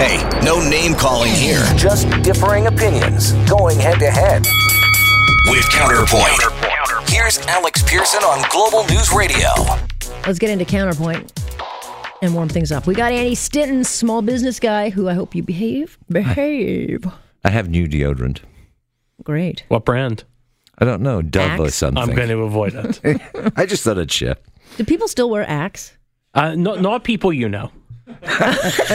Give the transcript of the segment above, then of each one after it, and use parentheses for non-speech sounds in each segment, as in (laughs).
Hey, no name calling here. Just differing opinions going head to head. With Counterpoint, Here's Alex Pearson on Global News Radio. Let's get into counterpoint and warm things up. We got Andy Stinton, small business guy, who I hope you behave. Behave. I have new deodorant. Great. What brand? I don't know, Dove or Axe? something. I'm going to avoid it. (laughs) I just thought I'd share. Do people still wear Axe? uh, not not people you know. (laughs)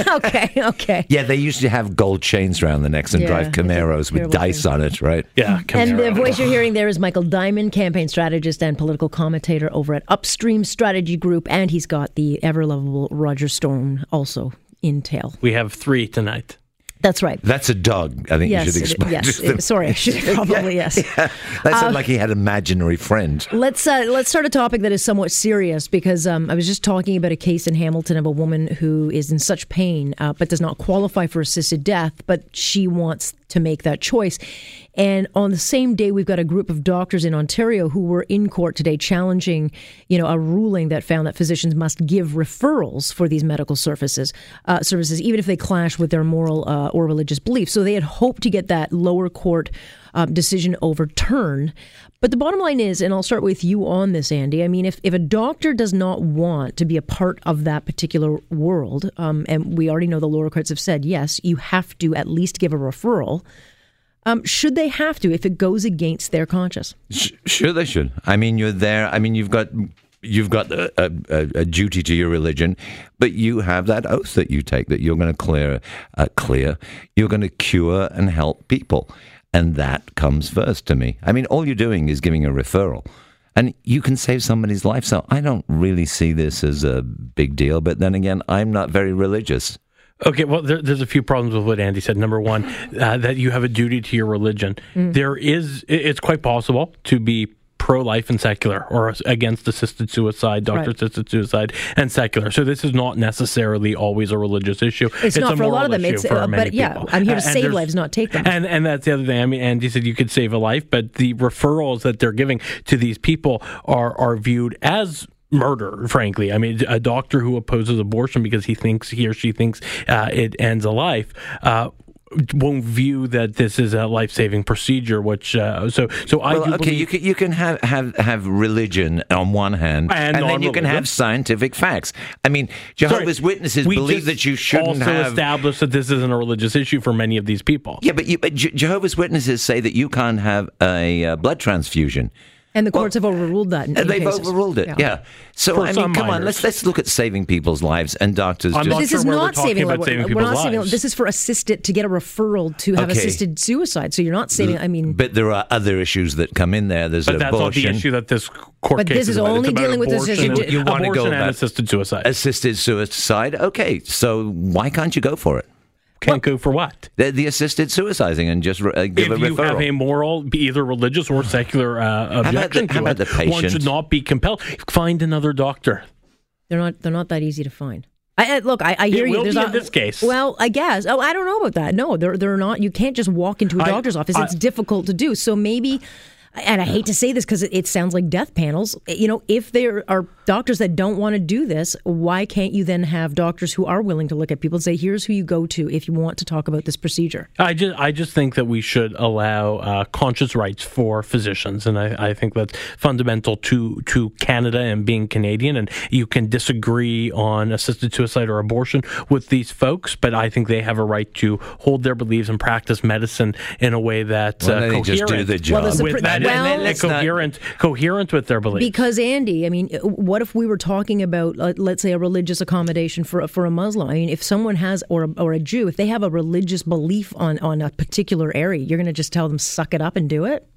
okay, okay. Yeah, they used to have gold chains around the necks and Yeah, drive it's a Camaros with terrible dice on it, right? Yeah, And Camaro. the voice you're hearing there is Michael Diamond, campaign strategist and political commentator over at Upstream Strategy Group, and he's got the ever lovable Roger Stone also in tail. we have three tonight. That's right. That's a dog. I think yes, you should it- explain. yes. to them. it- Uh, sorry, I should (laughs) probably yes. That sounded like he had an imaginary friend. Let's uh, let's start a topic that is somewhat serious because um, I was just talking about a case in Hamilton of a woman who is in such pain uh, but does not qualify for assisted death, but she wants to make that choice. And on the same day, we've got a group of doctors in Ontario who were in court today challenging, you know, a ruling that found that physicians must give referrals for these medical services, uh, services even if they clash with their moral uh, or religious beliefs. So they had hoped to get that lower court um, decision overturned. But the bottom line is, and I'll start with you on this, Andy. I mean, if, if a doctor does not want to be a part of that particular world, um, and we already know the lower courts have said, yes, you have to at least give a referral, um, should they have to if it goes against their conscience? Sh- Sure, they should. I mean, you're there. I mean, you've got you've got a, a, a- a duty to your religion, but you have that oath that you take that you're going to clear, uh, clear. You're going to cure and help people, and that comes first to me. I mean, all you're doing is giving a referral. And you can save somebody's life. So I don't really see this as a big deal. But then again, I'm not very religious. Okay, well, there, there's a few problems with what Andy said. Number one, uh, that you have a duty to your religion. Mm. There is, i- it's quite possible to be pro life and secular or as- against assisted suicide, doctor Right. assisted suicide, and secular. So this is not necessarily always a religious issue. It's not for a lot of moral them. issue It's- for uh, many but yeah, people. I'm here to A- save and there's- lives, not take them. And and that's the other thing. I mean, Andy said you could save a life, but the referrals that they're giving to these people are are viewed as murder. Frankly, I mean, a doctor who opposes abortion because he thinks he or she thinks uh, it ends a life. Uh, won't view that this is a life-saving procedure which uh, so so i do Well, okay, believe you can, you can have, have, have religion on one hand, And then you can non-religion. have scientific facts. I mean, Sorry, Jehovah's Witnesses we believe just that you shouldn't also have. established that this isn't a religious issue for many of these people yeah, but, you, but Je- Jehovah's Witnesses say that you can't have a uh, blood transfusion. And the courts have overruled that. In And eight they've cases. overruled it. Yeah. So For I mean, some come on, minors. let's let's look at saving people's lives and doctors. I'm just, not This sure is where we're not talking saving. about life. saving we're not people's saving. lives. This is for assisted to get a referral to have Okay. assisted suicide. So you're not saving. I mean, but there are other issues that come in there. There's But that's not abortion. the issue that this court But case this is about. It's only about dealing with this abortion issue. and- You wanna go abortion and about- assisted suicide. Assisted suicide. Okay, so why can't you go for it? Can't go for what? The, the assisted suiciding and just re- uh, give if a referral. you have a moral, be either religious or secular uh, about objection the- how to about it, the one should patient? not be compelled. Find another doctor. They're not. They're not that easy to find. I, I look. I, I hear you. will There's be not, in this case. Well, I guess. Oh, I don't know about that. No, they're they're not. You can't just walk into a I- doctor's office. It's I- difficult to do. So maybe. And I hate to say this because it, it sounds like death panels. You know, if there are doctors that don't want to do this, why can't you then have doctors who are willing to look at people and say, "Here's who you go to if you want to talk about this procedure." I just, I just think that we should allow uh, conscious rights for physicians, and I, I think that's fundamental to to Canada and being Canadian. And you can disagree on assisted suicide or abortion with these folks, but I think they have a right to hold their beliefs and practice medicine in a way that Why uh, don't they coherent. just do the job? Well, the Supre- with that, well- and Let's not- coherent, coherent with their beliefs. Because Andy, I mean, uh, what if we were talking about, uh, let's say, a religious accommodation for for a Muslim? I mean, if someone has or a, or a Jew, if they have a religious belief on on a particular area, you're going to just tell them suck it up and do it.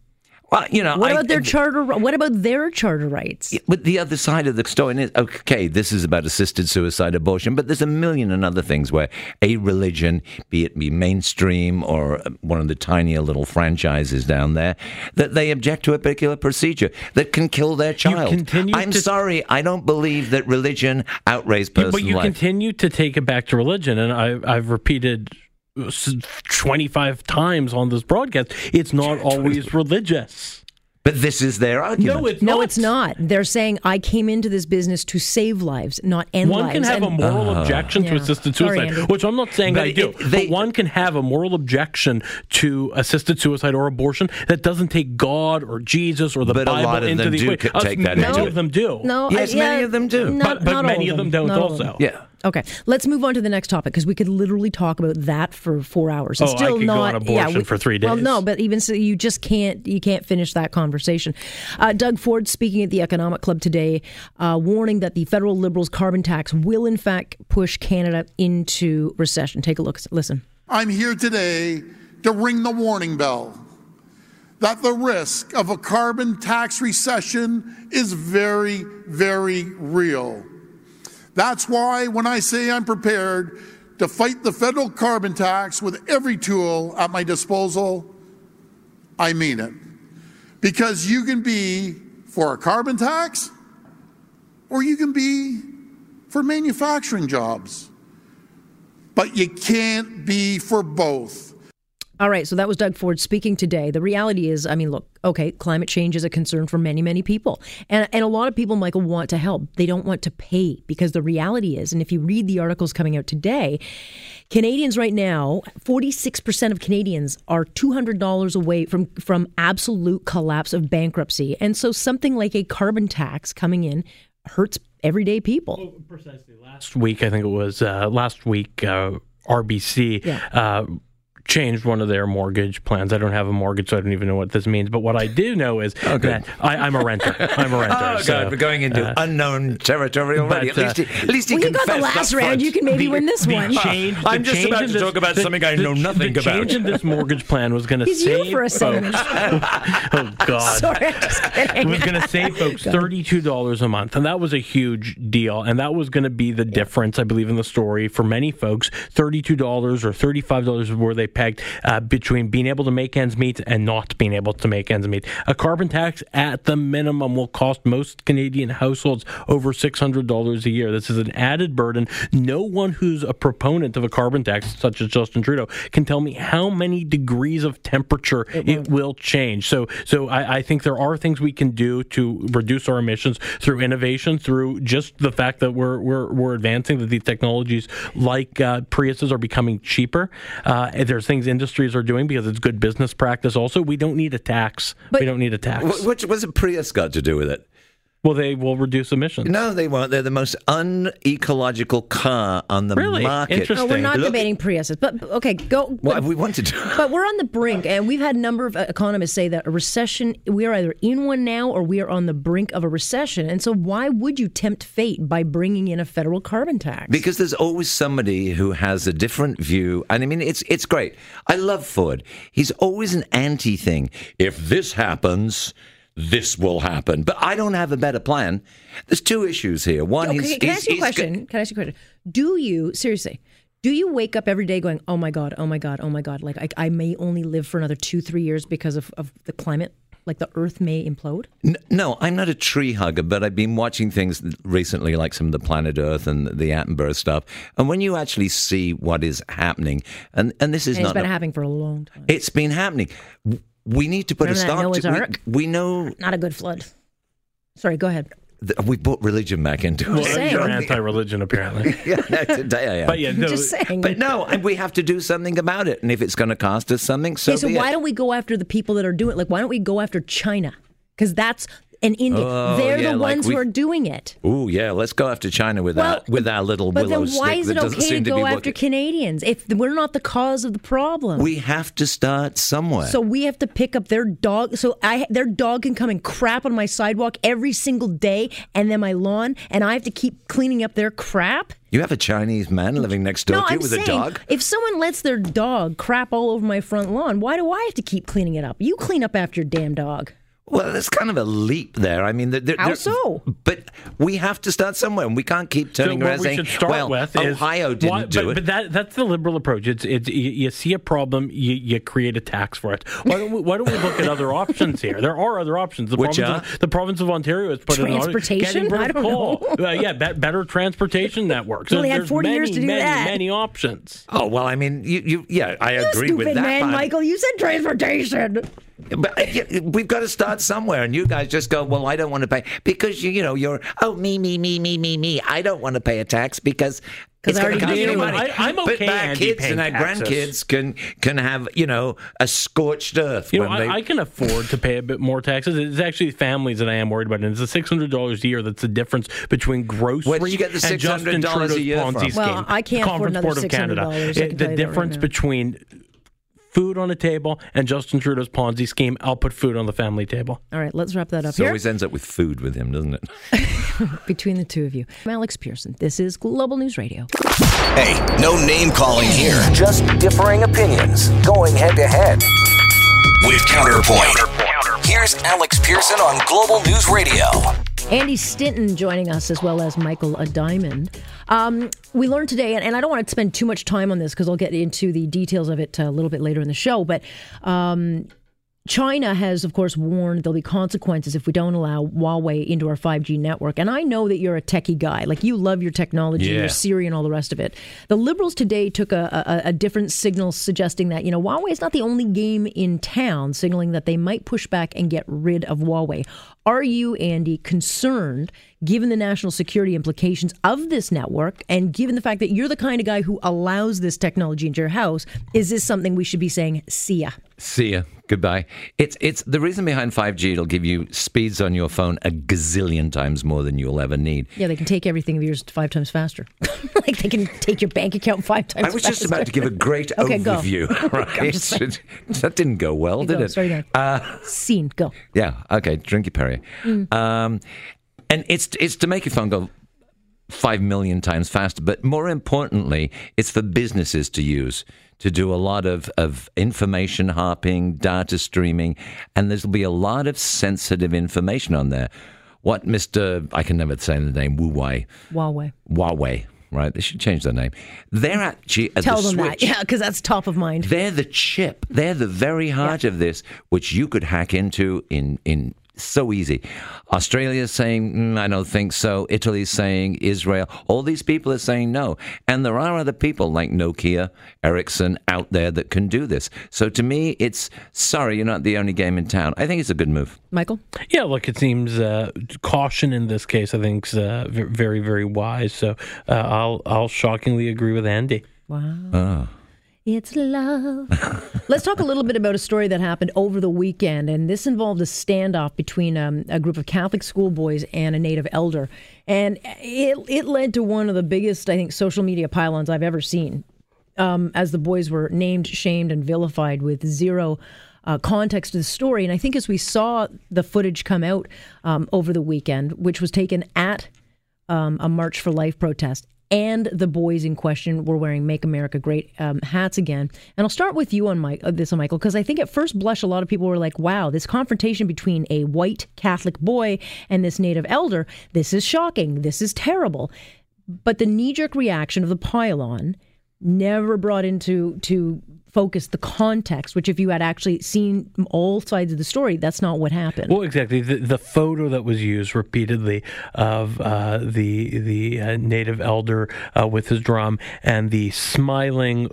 Well, you know, What I- about their I- charter? What about their charter rights? But the other side of the story is okay, this is about assisted suicide abortion, but there's a million and other things where a religion, be it be mainstream or uh, one of the tinier little franchises down there, that they object to a particular procedure that can kill their child. continue I'm to- sorry, I don't believe that religion outweighs You- personal but you life. continue to take it back to religion, and I, I've repeated (laughs) twenty five times on this broadcast. It's not always religious. But this is their argument. No, it's No, not. it's not. They're saying I came into this business to save lives, not end One lives. can have And- a moral objection to Yeah. assisted Sorry, suicide, Andy. which I'm not saying Ah. But I it- do. it- they- but one can have a moral objection to assisted suicide or abortion that doesn't take God or Jesus or the But a Bible lot of into them the do equation. c- take that many into of it. them do. no, Yes, I, yeah, many of them do. not- but, but not all many of of them, Not don't all of also. them. yeah. Okay, let's move on to the next topic because we could literally talk about that for four hours. It's Oh, I still could go not on abortion for three Well, days. no, but even so, you just can't you can't finish that conversation. Uh, Doug Ford speaking at the Economic Club today, uh, warning that the federal Liberals' carbon tax will in fact push Canada into recession. Take a look, listen. I'm here today to ring the warning bell that the risk of a carbon tax recession is very, very real. That's why when I say I'm prepared to fight the federal carbon tax with every tool at my disposal, I mean it. Because you can be for a carbon tax or you can be for manufacturing jobs, but you can't be for both. All right, so that was Doug Ford speaking today. The reality is, I mean, look, okay, climate change is a concern for many, many people. And, and a lot of people, Michael, want to help. They don't want to pay because the reality is, and if you read the articles coming out today, Canadians right now, 46% of Canadians are $200 away from, from absolute collapse of bankruptcy. And so something like a carbon tax coming in hurts everyday people. last week, I think it was uh, last week, uh, RBC uh, changed one of their mortgage plans. I don't have a mortgage, so I don't even know what this means. But what I do (laughs) know is that I, I'm a renter. I'm a renter. Oh, so, God, we're going into unknown territory already. but, at least, he, at least he Well, you got the confessed last up round. front. You can maybe win this the one. change- I'm the just change about in to talk about something I the- know nothing the about. change in this mortgage plan was going to He's save you (laughs) for a second. folks- Oh (laughs) God! Sorry, I'm just It kidding. was going to save folks thirty-two dollars a month, and that was a huge deal. And that was going to be the difference, I believe, in the story for many folks: thirty-two dollars or thirty-five dollars where they pegged uh, between being able to make ends meet and not being able to make ends meet. A carbon tax at the minimum will cost most Canadian households over six hundred dollars a year. This is an added burden. No one who's a proponent of a carbon tax, such as Justin Trudeau, can tell me how many degrees of temperature it, will change. So, so I, I think there are things we can do to reduce our emissions through innovation, through just the fact that we're we're, we're advancing that these technologies like uh, Priuses are becoming cheaper. Uh, and there's things industries are doing because it's good business practice. Also, we don't need a tax. But- we don't need a tax. Wh- What, what's a Prius got to do with it? well, they will reduce emissions. No, they won't. They're the most unecological car on the Really? market. Interesting. No, we're not Look- debating Priuses, but but, okay, go. What but- have we wanted to? But we're on the brink, and we've had a number of uh, economists say that a recession, we are either in one now or we are on the brink of a recession. And so, why would you tempt fate by bringing in a federal carbon tax? Because there's always somebody who has a different view, and I mean, it's it's great. I love Ford. He's always an anti thing. If this happens, this will happen. But I don't have a better plan. There's two issues here. One, okay, he's, can I he's- ask you a he's go- question? Can I ask you a question? Do you, seriously, do you wake up every day going, oh my God, oh my God, oh my God, like I, I may only live for another two, three years because of, of the climate? Like the earth may implode? N- No, I'm not a tree hugger, but I've been watching things recently, like some of the Planet Earth and the Attenborough stuff. And when you actually see what is happening, and and this is And it's not been a- happening for a long time. it's been happening. W- We need to put Remember a that stop Noah's to. we- Ark? We, know Not a good flood. Sorry, go ahead. (laughs) that we brought religion back into it. Well, saying. you're anti-religion apparently. (laughs) yeah, no, today I am. But yeah, no, Just saying. But no, and we have to do something about it. And if it's going to cost us something, so, Okay, so be it. why don't we go after the people that are doing it? Like, why don't we go after China? Because that's and India. Oh, They're yeah, the like ones we- who are doing it. Ooh, yeah, let's go after China with Well, our with our little But willow then why stick is that it doesn't okay to seem to be go after working. Canadians if we're not the cause of the problem? We have to start somewhere. so we have to pick up their dog. So I their dog can come and crap on my sidewalk every single day, and then my lawn, and I have to keep cleaning up their crap. you have a Chinese man living next door Mm. no, to you I'm with saying a dog. if someone lets their dog crap all over my front lawn, why do I have to keep cleaning it up? You clean up after your damn dog. Well, there's kind of a leap there. I mean, there, there, How there- so? But we have to start somewhere, and we can't keep So turning what around we saying, should start "Well, with is Ohio didn't why- do but, it." But that, that's the liberal approach. It's it's you, you see a problem, you, you create a tax for it. Why don't we, why don't we look at other options here? There are other options. The Which uh? province are? of, the province of Ontario has put in an audit- Transportation? getting rid I of don't coal. know. Uh, yeah, be- better transportation networks. You only had There's 40 years many, to do many, that. Many options. oh well, I mean, you, you yeah, I You agree stupid with that. man, part. Michael. You said transportation. But uh, yeah, we've got to start somewhere, and you guys just go, "Well, I don't want to pay," because you, you know you're, "Oh, me, me, me, me, me, me." I don't want to pay a tax because it's I going already to cost do. me money. I- I'm okay, But our Andy, kids paying and our taxes. grandkids can can have you know a scorched earth. You know, when they, I, I can afford to pay a bit more taxes. It's actually families that I am worried about, and it's the six hundred dollars a year that's the difference between grocery Where did you get the and Justin $600 a Trudeau's year Ponzi from? scheme. Well, I can't the afford Conference another Board of Canada. $600, I can It- the tell you that right difference now. between food on a table and Justin Trudeau's Ponzi scheme. I'll put food on the family table. All right, let's wrap that up it here always ends up with food with him, doesn't it? (laughs) between the two of you. I'm Alex Pearson. This is Global News Radio. Hey, no name calling here Just differing opinions going head to head. with Counterpoint. Here's Alex Pearson on Global News Radio. Andy Stinton joining us, as well as Michael A. Diamond. Um, we learned today, and, and I don't want to spend too much time on this because I'll get into the details of it uh, a little bit later in the show, but. Um, China has, of course, warned there'll be consequences if we don't allow Huawei into our 5G network. And I know that you're a techie guy. Like, you love your technology, Yeah. you're Siri, and all the rest of it. The liberals today took a, a, a different signal suggesting that, you know, Huawei is not the only game in town, signaling that they might push back and get rid of Huawei. Are you, Andy, concerned, given the national security implications of this network and given the fact that you're the kind of guy who allows this technology into your house? Is this something we should be saying, see ya? See ya. Goodbye. It's it's the reason behind 5G. It'll give you speeds on your phone a gazillion times more than you'll ever need. Yeah, they can take everything of yours five times faster. (laughs) like they can take your bank account five times. I was just faster. about to give a great (laughs) Okay, go. overview. (laughs) Right? just saying. (laughs) that didn't go well, Go, did it? Uh, sorry, go. Scene, go. Yeah. Okay. Drink your Perrier. Mm. Um, and it's it's to make your phone go five million times faster. But more importantly, it's for businesses to use to do a lot of, of information harping, data streaming, and there'll be a lot of sensitive information on there. What Mr. I can never say the name Wu Wei Huawei. Huawei. Right, they should change their name. They're actually at Tell the them switch. that. Yeah, because that's top of mind. They're the chip. They're the very heart of this, which you could hack into in in so easy. Australia's saying, mm, I don't think so. Italy's saying, Israel. All these people are saying no. And there are other people like Nokia, Ericsson out there that can do this. So to me, it's sorry, you're not the only game in town. I think it's a good move. Michael? Yeah, look, it seems uh, caution in this case. I think is uh, ve- very, very wise. So uh, I'll I'll shockingly agree with Andy. Wow. It's love. (laughs) Let's talk a little bit about a story that happened over the weekend, and this involved a standoff between um, a group of Catholic schoolboys and a native elder, and it it led to one of the biggest, I think, social media pylons I've ever seen. Um, as the boys were named, shamed, and vilified with zero uh, context to the story, and I think as we saw the footage come out um, over the weekend, which was taken at um, a March for Life protest, and the boys in question were wearing "Make America Great" um, hats again. And I'll start with you on my, uh, this, on Michael, because I think at first blush, a lot of people were like, "Wow, this confrontation between a white Catholic boy and this Native elder, this is shocking. This is terrible." But the knee-jerk reaction of the pylon never brought into to focus the context. Which, if you had actually seen all sides of the story, that's not what happened. Well, exactly. The, the photo that was used repeatedly of uh, the the uh, native elder uh, with his drum and the smiling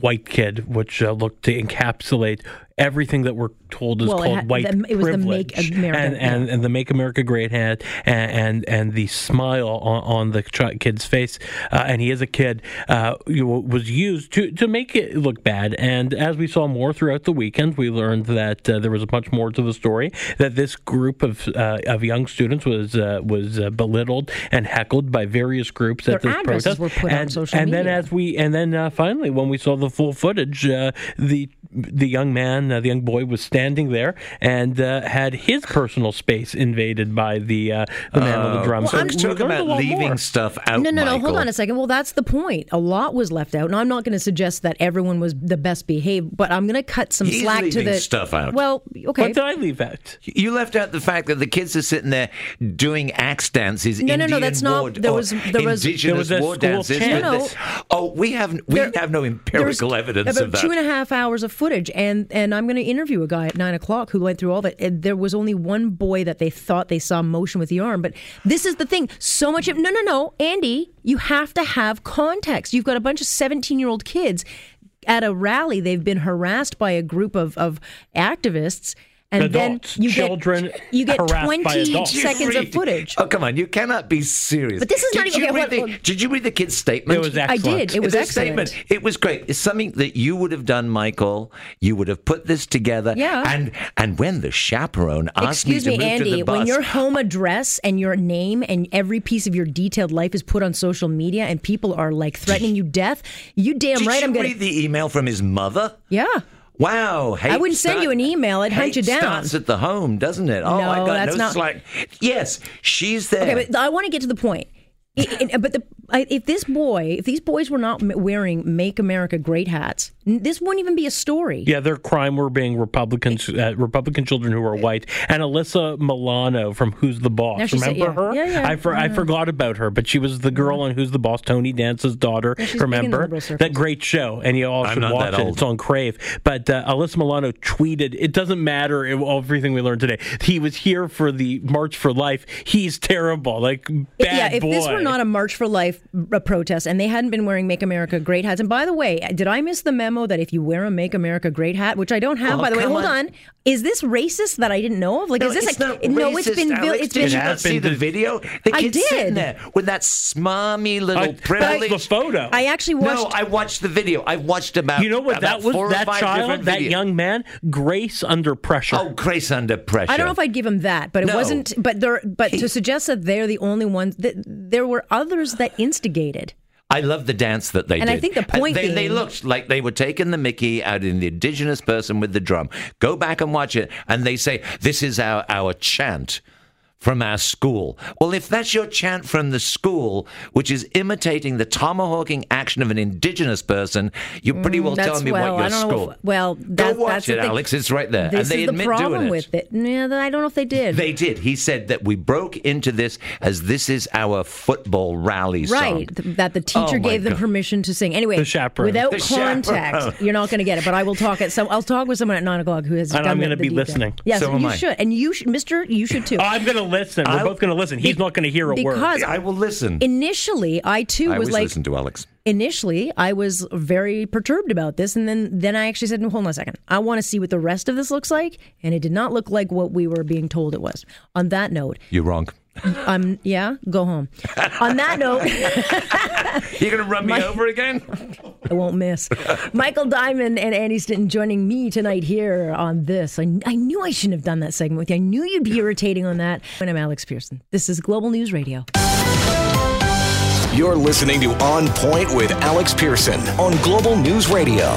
white kid, which uh, looked to encapsulate everything that we're told is Well, it called had- white the- it was the privilege, Make America- and, and and the make America great hat, and and, and the smile on, on the ch- kid's face, uh, and he is a kid, uh, you know, was used to to make it look bad. And as we saw more throughout the weekend, we learned that uh, there was much more to the story. That this group of uh, of young students was uh, was uh, belittled and heckled by various groups at Their this addresses protest, were put on and, social and then media. as we and then uh, finally when we saw the full footage uh, the the young man uh, the young boy was standing there and uh, had his personal space invaded by the uh, the man with the Oh. drum Well, so I'm we talking learned Talk a about lot leaving more. stuff out. No, no, no. Hold Michael. on a second. Well, that's the point. A lot was left out. Now, I'm not going to suggest that everyone was the best behaved, but I'm going to cut some He's slack to leaving the stuff out. Well, what okay. did I leave out? You left out the fact that the kids are sitting there doing axe dances. No, no, no, Indian that's not- war- there was- there was- There indigenous was a war school dances. chant. with No, no. this- Oh, we have we There- have no There's empirical evidence about of that. two and a half hours of footage, and and I'm going to interview a guy at nine o'clock who went through all that. And there was only one boy that they thought they saw motion with the arm, but this is the thing. So much. No, no, no, Andy, you have to have context. You've got a bunch of 17 year old kids. at a rally, they've been harassed by a group of, of activists. And Adults, then you children get you get harassed by twenty adults. seconds of footage. Oh come on! You cannot be serious. But this is not Did even- You okay, read hold- the, did you read the kid's statement? It was I excellent. did. It was This excellent. statement, it was great. It's something that you would have done, Michael. You would have put this together. Yeah. And and when the chaperone asked Excuse me to me, move to Andy. the bus, When your home address and your name and every piece of your detailed life is put on social media, and people are like threatening you death, you damn did right you I'm gonna. read the email from his mother? yeah, Wow. Hate I wouldn't send start- you an email. I'd hunt hate you down. starts at the home, doesn't it? Oh, my No, God. that's no, not- It's like, yes, she's there. okay, but I want to get to the point. I- I- but the, I- if this boy, if these boys were not m- wearing "Make America Great" hats, n- this wouldn't even be a story. Yeah, their crime were being Republicans, uh, Republican children who are white, and Alyssa Milano from Who's the Boss. Yeah, she's- Remember yeah. her? Yeah, Mm-hmm. yeah. I, for, I forgot about her, but she was the girl on Who's the Boss, Tony Danza's daughter. she's big in the remember liberal circles. that great show? And you all I'm should not watch that it. old. It's on Crave. But uh, Alyssa Milano tweeted, "It doesn't matter if, everything we learned today. He was here for the March for Life. He's terrible. Like bad yeah, if boy." this were not a March for Life a protest and they hadn't been wearing Make America Great hats, and by the way, did I miss the memo that if you wear a Make America Great hat, which I don't have, Oh, by the way, come hold on. on, is this racist that I didn't know of? Like, No, is this it's like not no? It's racist, been built. Alex. It's Did been you It not see happened the to- video? The I kid's sitting did. there with that smarmy I- little that's privileged. the photo. I actually watched. No, I watched the video. I watched about you know what about that was? four or That five child, different that videos. young man, grace under pressure. Oh, Grace under pressure. I don't know if I'd give him that, but it No. wasn't. But there, but to suggest that they're the only ones, that there were others that instigated. I love the dance that they And did. I think the point they, they being- looked like they were taking the Mickey out in the indigenous person with the drum. Go back and watch it, and they say this is our our chant from our school. Well, if that's your chant from the school, which is imitating the tomahawking action of an indigenous person, you pretty well Mm, That's- tell me well, what your I don't know school. if- well, that- Go watch that's the it, thing. Alex. It's right there, This and they is the admit problem doing it. with it. Yeah, I don't know if they did. They did. He said that we broke into this as this is our football rally song. Right, th- that the teacher Oh, my gave them God. permission to sing. Anyway, The chaperone. without The chaperone. context, you're not going to get it. But I will talk at some. I'll talk with someone at nine o'clock who has. And done I'm the- gonna the be deep dive. listening. Yes, So am you I. Uh, should, and you, should, Mister, you should too. Oh, I'm going to listen. We're I'll- both going to listen. He's not going to hear a word. because I will listen. initially, I too I was always like, listen to Alex. initially I was very perturbed about this, and then then I actually said, no, "Hold on a second, I want to see what the rest of this looks like," and it did not look like what we were being told it was. On that note, You're wrong. (laughs) um, yeah, go home. On that note. You're going to run me over again? I won't miss. Michael Diamond and Andy Stanton joining me tonight here on this. I, I knew I shouldn't have done that segment with you. I knew you'd be irritating on that. And I'm Alex Pearson. This is Global News Radio. You're listening to On Point with Alex Pearson on Global News Radio.